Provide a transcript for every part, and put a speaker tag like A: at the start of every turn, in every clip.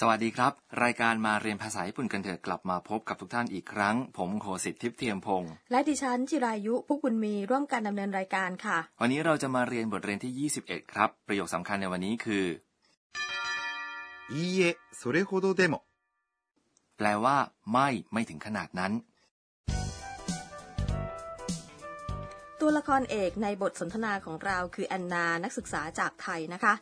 A: สวัสดีครับ รายการมาเรียนภาษาญี่ปุ่นกันเถอะกลับมาพบกับทุกท่านอีกครั้ง ผมโคสิทธิ์ทิพย์เทียมพงศ์
B: และดิฉันจิรายุพุกบุญมีร่วมกันดำเนินรายการค่ะ
A: วันนี้เราจะมาเรียนบทเรียนที่ 21 ครับ ประโยคสำคัญในวันนี้คือ
C: いいえ、それほどでも。
A: แปลว่า ไม่ไม่ถึงขนาดนั้น
B: ตัวละครเอกในบทสนทนาของเราคือแอนนานักศึกษาจากไทยนะคะ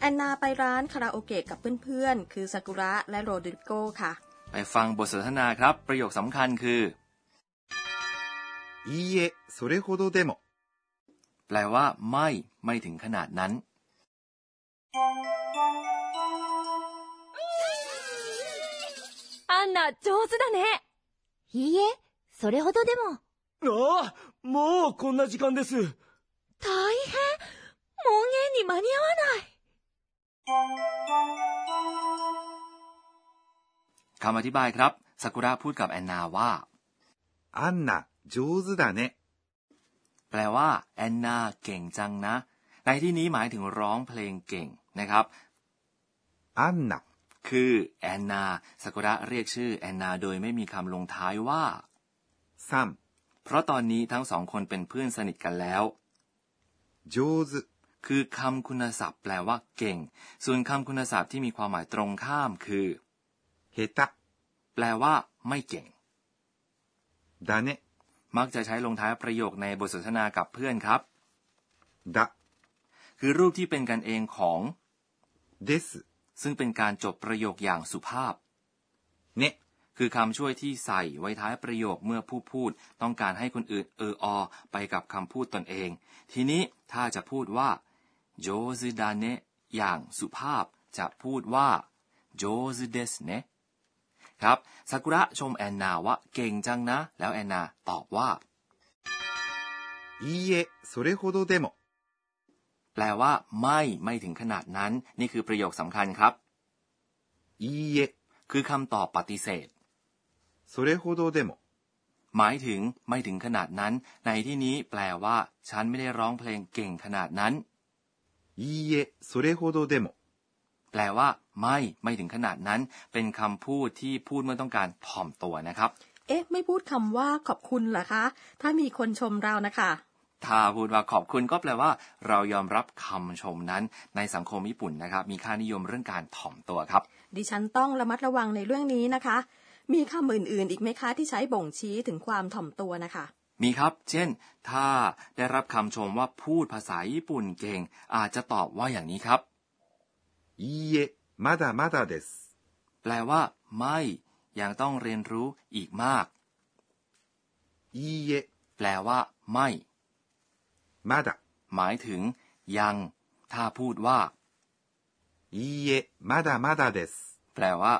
B: แอนนาไปร้านคาราโอเกะกับเพื่อนๆ คือซากุระและโรดริโกค่ะ
A: ไปฟังบทสนทนาครับ ประโยคสำคัญคือ
C: いいえ、それほどでも。
A: แปลว่า ไม่ไม่ถึงขนาดนั้น
D: アンナ、上手だね。いいえ、それほどでも。
E: ああもうこんな時間です
D: 大変。門限に間に合わない。
A: คำอธิบายครับซากุระพูดกับแอนนาว่า
C: アンナ、上手だね。
A: แปลว่า แอนนาเก่งจังนะ ในที่นี้หมายถึงร้องเพลงเก่งนะครับ
C: アンナ、
A: คือแอนนาซากุระเรียกชื่อแอนนาโดยไม่มีคำลงท้ายว่า
C: さん、
A: เพราะตอนนี้ทั้งสองคนเป็นเพื่อนสนิทกันแล้ว
C: 上手。
A: คือคำคุณศัพท์แปลว่าเก่ง ส่วนคำคุณศัพท์ที่มีความหมายตรงข้ามคือ
C: 下手、
A: แปลว่า ไม่เก่ง
C: だね、
A: มักจะใช้ลงท้ายประโยคในบทสนทนากับเพื่อนครับ
C: だ、
A: คือรูปที่เป็นกันเองของ
C: です、
A: ซึ่งเป็นการจบประโยคอย่างสุภาพ
C: ね、
A: คือคำช่วยที่ใส่ไว้ท้ายประโยคเมื่อผู้พูด ต้องการให้คนอื่นเอออ ไปกับคำพูดตนเอง ทีนี้ถ้าจะพูดว่าโจซ d ดาเนอย่างสุภาพ จะพูดว่าโจซ d เดสเนครับซากุระชมแอนนาว่าเก่งจังนะ แล้วแอนนาตอบว่า
C: いいえ、それほどでも。
A: แปลว่า ไม่ไม่ถึงขนาดนั้น นี่คือประโยคสำคัญครับ
C: いいえ、
A: คือคำตอบปฏิเสธ
C: それほどでも。
A: หมายถึงไม่ถึงขนาดนั้น ในที่นี้แปลว่า ฉันไม่ได้ร้องเพลงเก่งขนาดนั้น
C: いいえ、それほどでも。
A: แปลว่า ไม่ไม่ถึงขนาดนั้น เป็นคำพูดที่พูดเมื่อต้องการถ่อมตัวนะครับ
B: เอ๊ะ ไม่พูดคำว่าขอบคุณเหรอคะ ถ้ามีคนชมเรานะคะ
A: ถ้าพูดว่าขอบคุณก็แปลว่า เรายอมรับคำชมนั้น ในสังคมญี่ปุ่นนะครับ มีค่านิยมเรื่องการถ่อมตัวครับ
B: ดิฉันต้องระมัดระวังในเรื่องนี้นะคะ มีคำอื่นๆ อีกไหมคะที่ใช้บ่งชี้ถึงความถ่อมตัวนะคะ
A: มีครับ เช่น ถ้าได้รับคำชมว่าพูดภาษาญี่ปุ่นเก่ง อาจจะตอบว่าอย่างนี้ครับ
C: いいえ、まだまだです。
A: แปลว่า ไม่ ยังต้องเรียนรู้อีกมาก
C: いいえ、
A: แปลว่า ไม่
C: まだ。
A: หมายถึง ยัง ถ้าพูดว่า
C: いいえ、まだまだです。
A: แปลว่า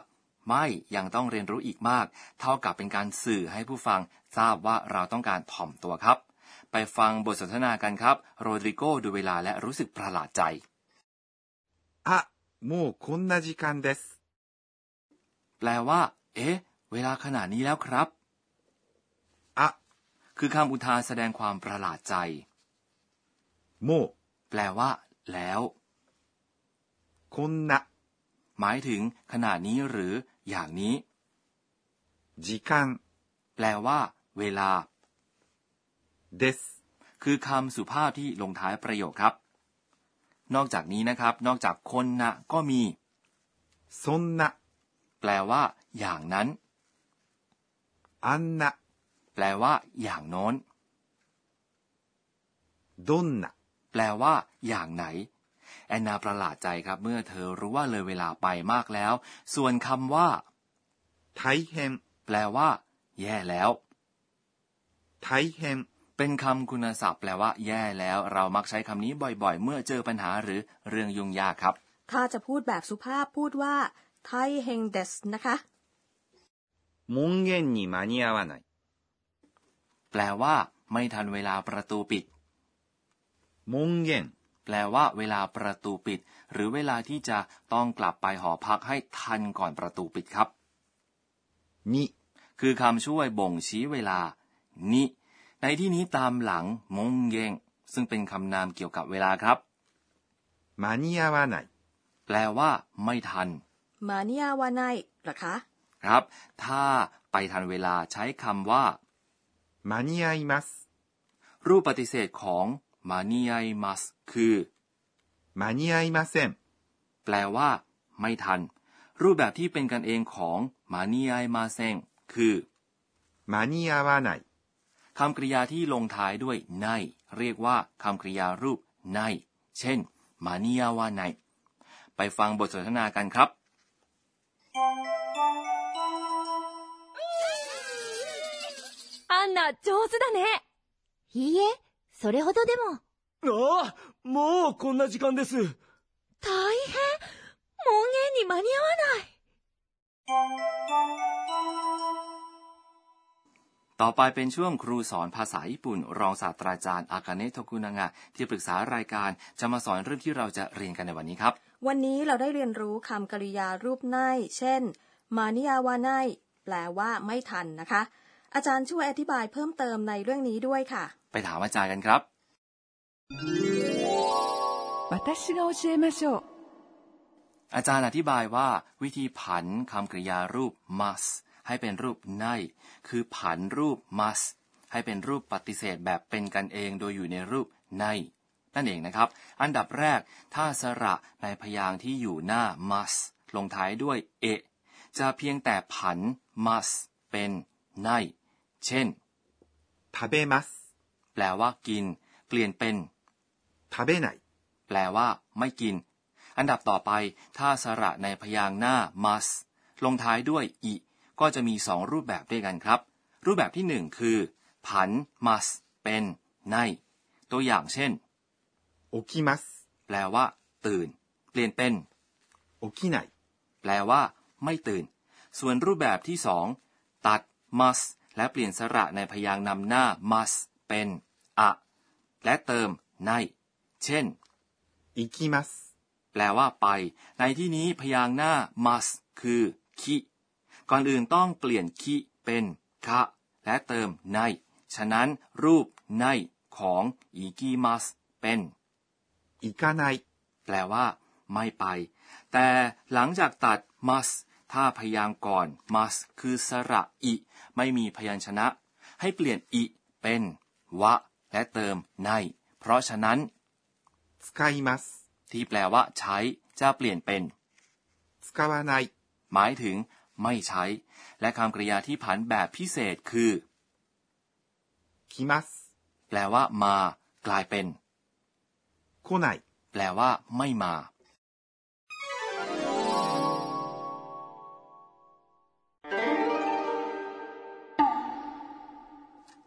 A: ไม่ยังต้องเรียนรู้อีกมาก เท่ากับเป็นการสื่อให้ผู้ฟัง ทราบว่าเราต้องการถ่อมตัวครับ ไปฟังบทสนทนากันครับ โรดริโกดูเวลาและรู้สึกประหลาดใจ
C: あ、もうこんな時間です。
A: แปลว่า เอ๊ะ เวลาขนาดนี้แล้วครับ
C: あ、
A: คือคำอุทานแสดงความประหลาดใจ
C: もう、
A: แปลว่า แล้ว
C: こんな、
A: หมายถึง ขนาดนี้หรือ อย่างนี้
C: 時間、
A: แปลว่า เวลา
C: です。
A: คือคำสุภาพที่ลงท้ายประโยคครับ นอกจากนี้นะครับ นอกจากคนนะก็มี
C: そんな、
A: แปลว่า อย่างนั้น
C: あんな、
A: แปลว่า อย่างโน้น
C: どんな、
A: แปลว่า อย่างไหน แอนนาประหลาดใจครับ เมื่อเธอรู้ว่าเลยเวลาไปมากแล้ว ส่วนคำว่า
C: 大変、
A: แปลว่า แย่แล้ว
C: 大変、
A: เป็นคำคุณศัพท์แปลว่า แย่แล้ว เรามักใช้คำนี้บ่อยๆ เมื่อเจอปัญหาหรือเรื่องยุ่งยากครับ
B: ถ้าจะพูดแบบสุภาพพูดว่าไทเฮงเดสนะคะ
C: 門限に間に合わない。
A: แปลว่า ไม่ทันเวลาประตูปิด
C: 門限、
A: แปลว่า เวลาประตูปิด หรือเวลาที่จะต้องกลับไปหอพักให้ทันก่อนประตูปิดครับ
C: に、
A: คือคำช่วยบ่งชี้เวลา นิในที่นี้ตามหลังมงเยงซึ่งเป็นคำนามเกี่ยวกับเวลาครับ
C: 間に合わない。
A: แปลว่า ไม่ทัน
B: มานิยาวานายเหรอคะ
A: ครับ ถ้าไปทันเวลาใช้คำว่า
C: 間に合います。
A: รูปปฏิเสธของมานิไอมัสคือ
C: 間に合いません。
A: แปลว่า ไม่ทัน รูปแบบที่เป็นกันเองของมานิไอมาเซงคือ
C: 間に合わない。
A: คำกริยาที่ลงท้ายด้วยในเรียกว่าคำกริยารูปในเช่น มานิยาวาไนไปฟังบทสนทนากันครับ
D: アンナ、上手だね。いいえ、それほどでも。
E: ああ、もうこんな時間です。
D: 大変。門限に間に合わない。
A: ต่อไปเป็นช่วงครูสอนภาษาญี่ปุ่น รองศาสตราจารย์อากาเนะโทกุนางะที่ปรึกษารายการจะมาสอนเรื่องที่เราจะเรียนกันในวันนี้ครับ
B: วันนี้เราได้เรียนรู้คำกริยารูปไนเช่น มานิยาวานายแปลว่าไม่ทันนะคะ อาจารย์ช่วยอธิบายเพิ่มเติมในเรื่องนี้ด้วยค่ะ
A: ไปถามอาจารย์กันครับ
F: 私が教えましょう。
A: อาจารย์อธิบายว่า วิธีผันคำกริยารูป must ให้เป็นรูปในคือผันรูป must ให้เป็นรูปปฏิเสธแบบเป็นกันเองโดยอยู่ในรูปในนั่นเองนะครับ อันดับแรก ถ้าสระในพยางค์ที่อยู่หน้า must ลงท้ายด้วยเอจะเพียงแต่ผัน must เป็นในเช่น
C: 食べます。
A: แปลว่ากิน เปลี่ยนเป็น
C: 食べない。
A: แปลว่า ไม่กิน อันดับต่อไป ถ้าสระในพยางค์หน้า must ลงท้ายด้วย อิก็จะมีสองรูปแบบด้วยกันครับ รูปแบบที่หนึ่งคือ ผัน must เป็นใน ตัวอย่างเช่น
C: 起きます。
A: แปลว่า ตื่น เปลี่ยนเป็น
C: 起きない。
A: แปลว่า ไม่ตื่น ส่วนรูปแบบที่สองตัด must และเปลี่ยนสระในพยางค์นำหน้า must เป็นอะและเติมใน เช่น
C: 行きます。
A: แปลว่าไป ในที่นี้พยางค์หน้า must คือคิก่อนอื่นต้องเปลี่ยนคิเป็นคะและเติมใน ฉะนั้นรูปในของอีกิมัสเป็น
C: 行かない。
A: แปลว่า ไม่ไป แต่หลังจากตัด must ถ้าพยางค์ก่อน must คือสระอิ ไม่มีพยัญชนะ ให้เปลี่ยนอิเป็น วะ และเติมใน เพราะฉะนั้น
C: 使います。
A: ที่แปลว่า ใช้จะเปลี่ยนเป็น
C: 使わない。
A: หมายถึงไม่ใช้ และคำกริยาที่ผันแบบพิเศษคือ
C: 来ます。
A: แปลว่า มา กลายเป็น
C: 来ない。
A: แปลว่า ไม่มา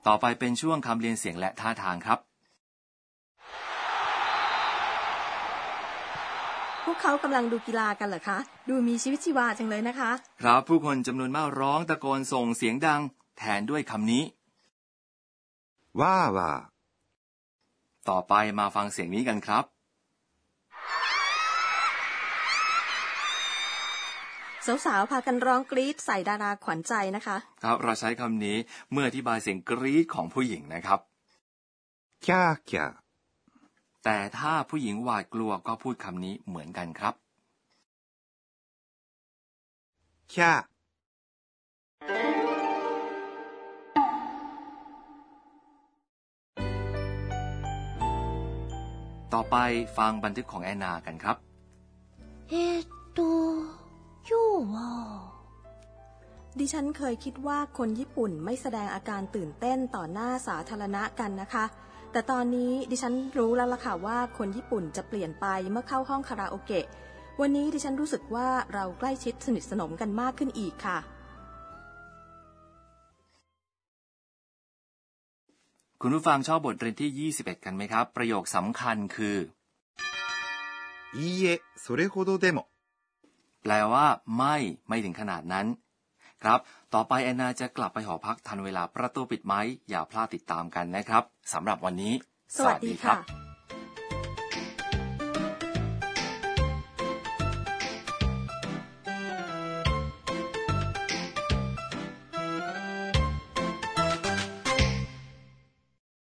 A: ต่อไปเป็นช่วงคำเรียนเสียงและท่าทางครับ
B: พวกเขากำลังดูกีฬากันเหรอคะ ดูมีชีวิตชีวาจังเลยนะคะ
A: ครับผู้คนจำนวนมากร้องตะโกนส่งเสียงดัง แทนด้วยคำนี้
C: わーわ
A: ต่อไปมาฟังเสียงนี้กันครับ
B: สาวๆ พากันร้องกรี๊ดใส่ดาราขวัญใจนะคะ
A: ครับเราใช้คำนี้เมื่ออธิบายเสียงกรี๊ดของผู้หญิงนะครับ
C: ー。キャーキャー。
A: แต่ถ้าผู้หญิงหวาดกลัวก็พูดคำนี้เหมือนกันครับ
C: キャー。
A: ต่อไปฟังบันทึกของแอนนากันครับ
D: えーっと、今日は、
B: ดิฉันเคยคิดว่าคนญี่ปุ่นไม่แสดงอาการตื่นเต้นต่อหน้าสาธารณะกันนะคะ แต่ตอนนี้ดิฉันรู้แล้วล่ะค่ะว่าคนญี่ปุ่นจะเปลี่ยนไปเมื่อเข้าห้องคาราโอเกะ วันนี้ดิฉันรู้สึกว่าเราใกล้ชิดสนิทสนมกันมากขึ้นอีกค่ะ
A: คุณผู้ฟังชอบบทเรียนที่ 21 กันไหมครับ ประโยคสำคัญคือ
C: いいえ、それほどでも。
A: แปลว่าไม่ไม่ถึงขนาดนั้น ครับ ต่อไปแอนนาจะกลับไปหอพักทันเวลาประตูปิดไหมอย่าพลาดติดตามกันนะครับสำหรับวันนี้
B: สวัสดีค่ะ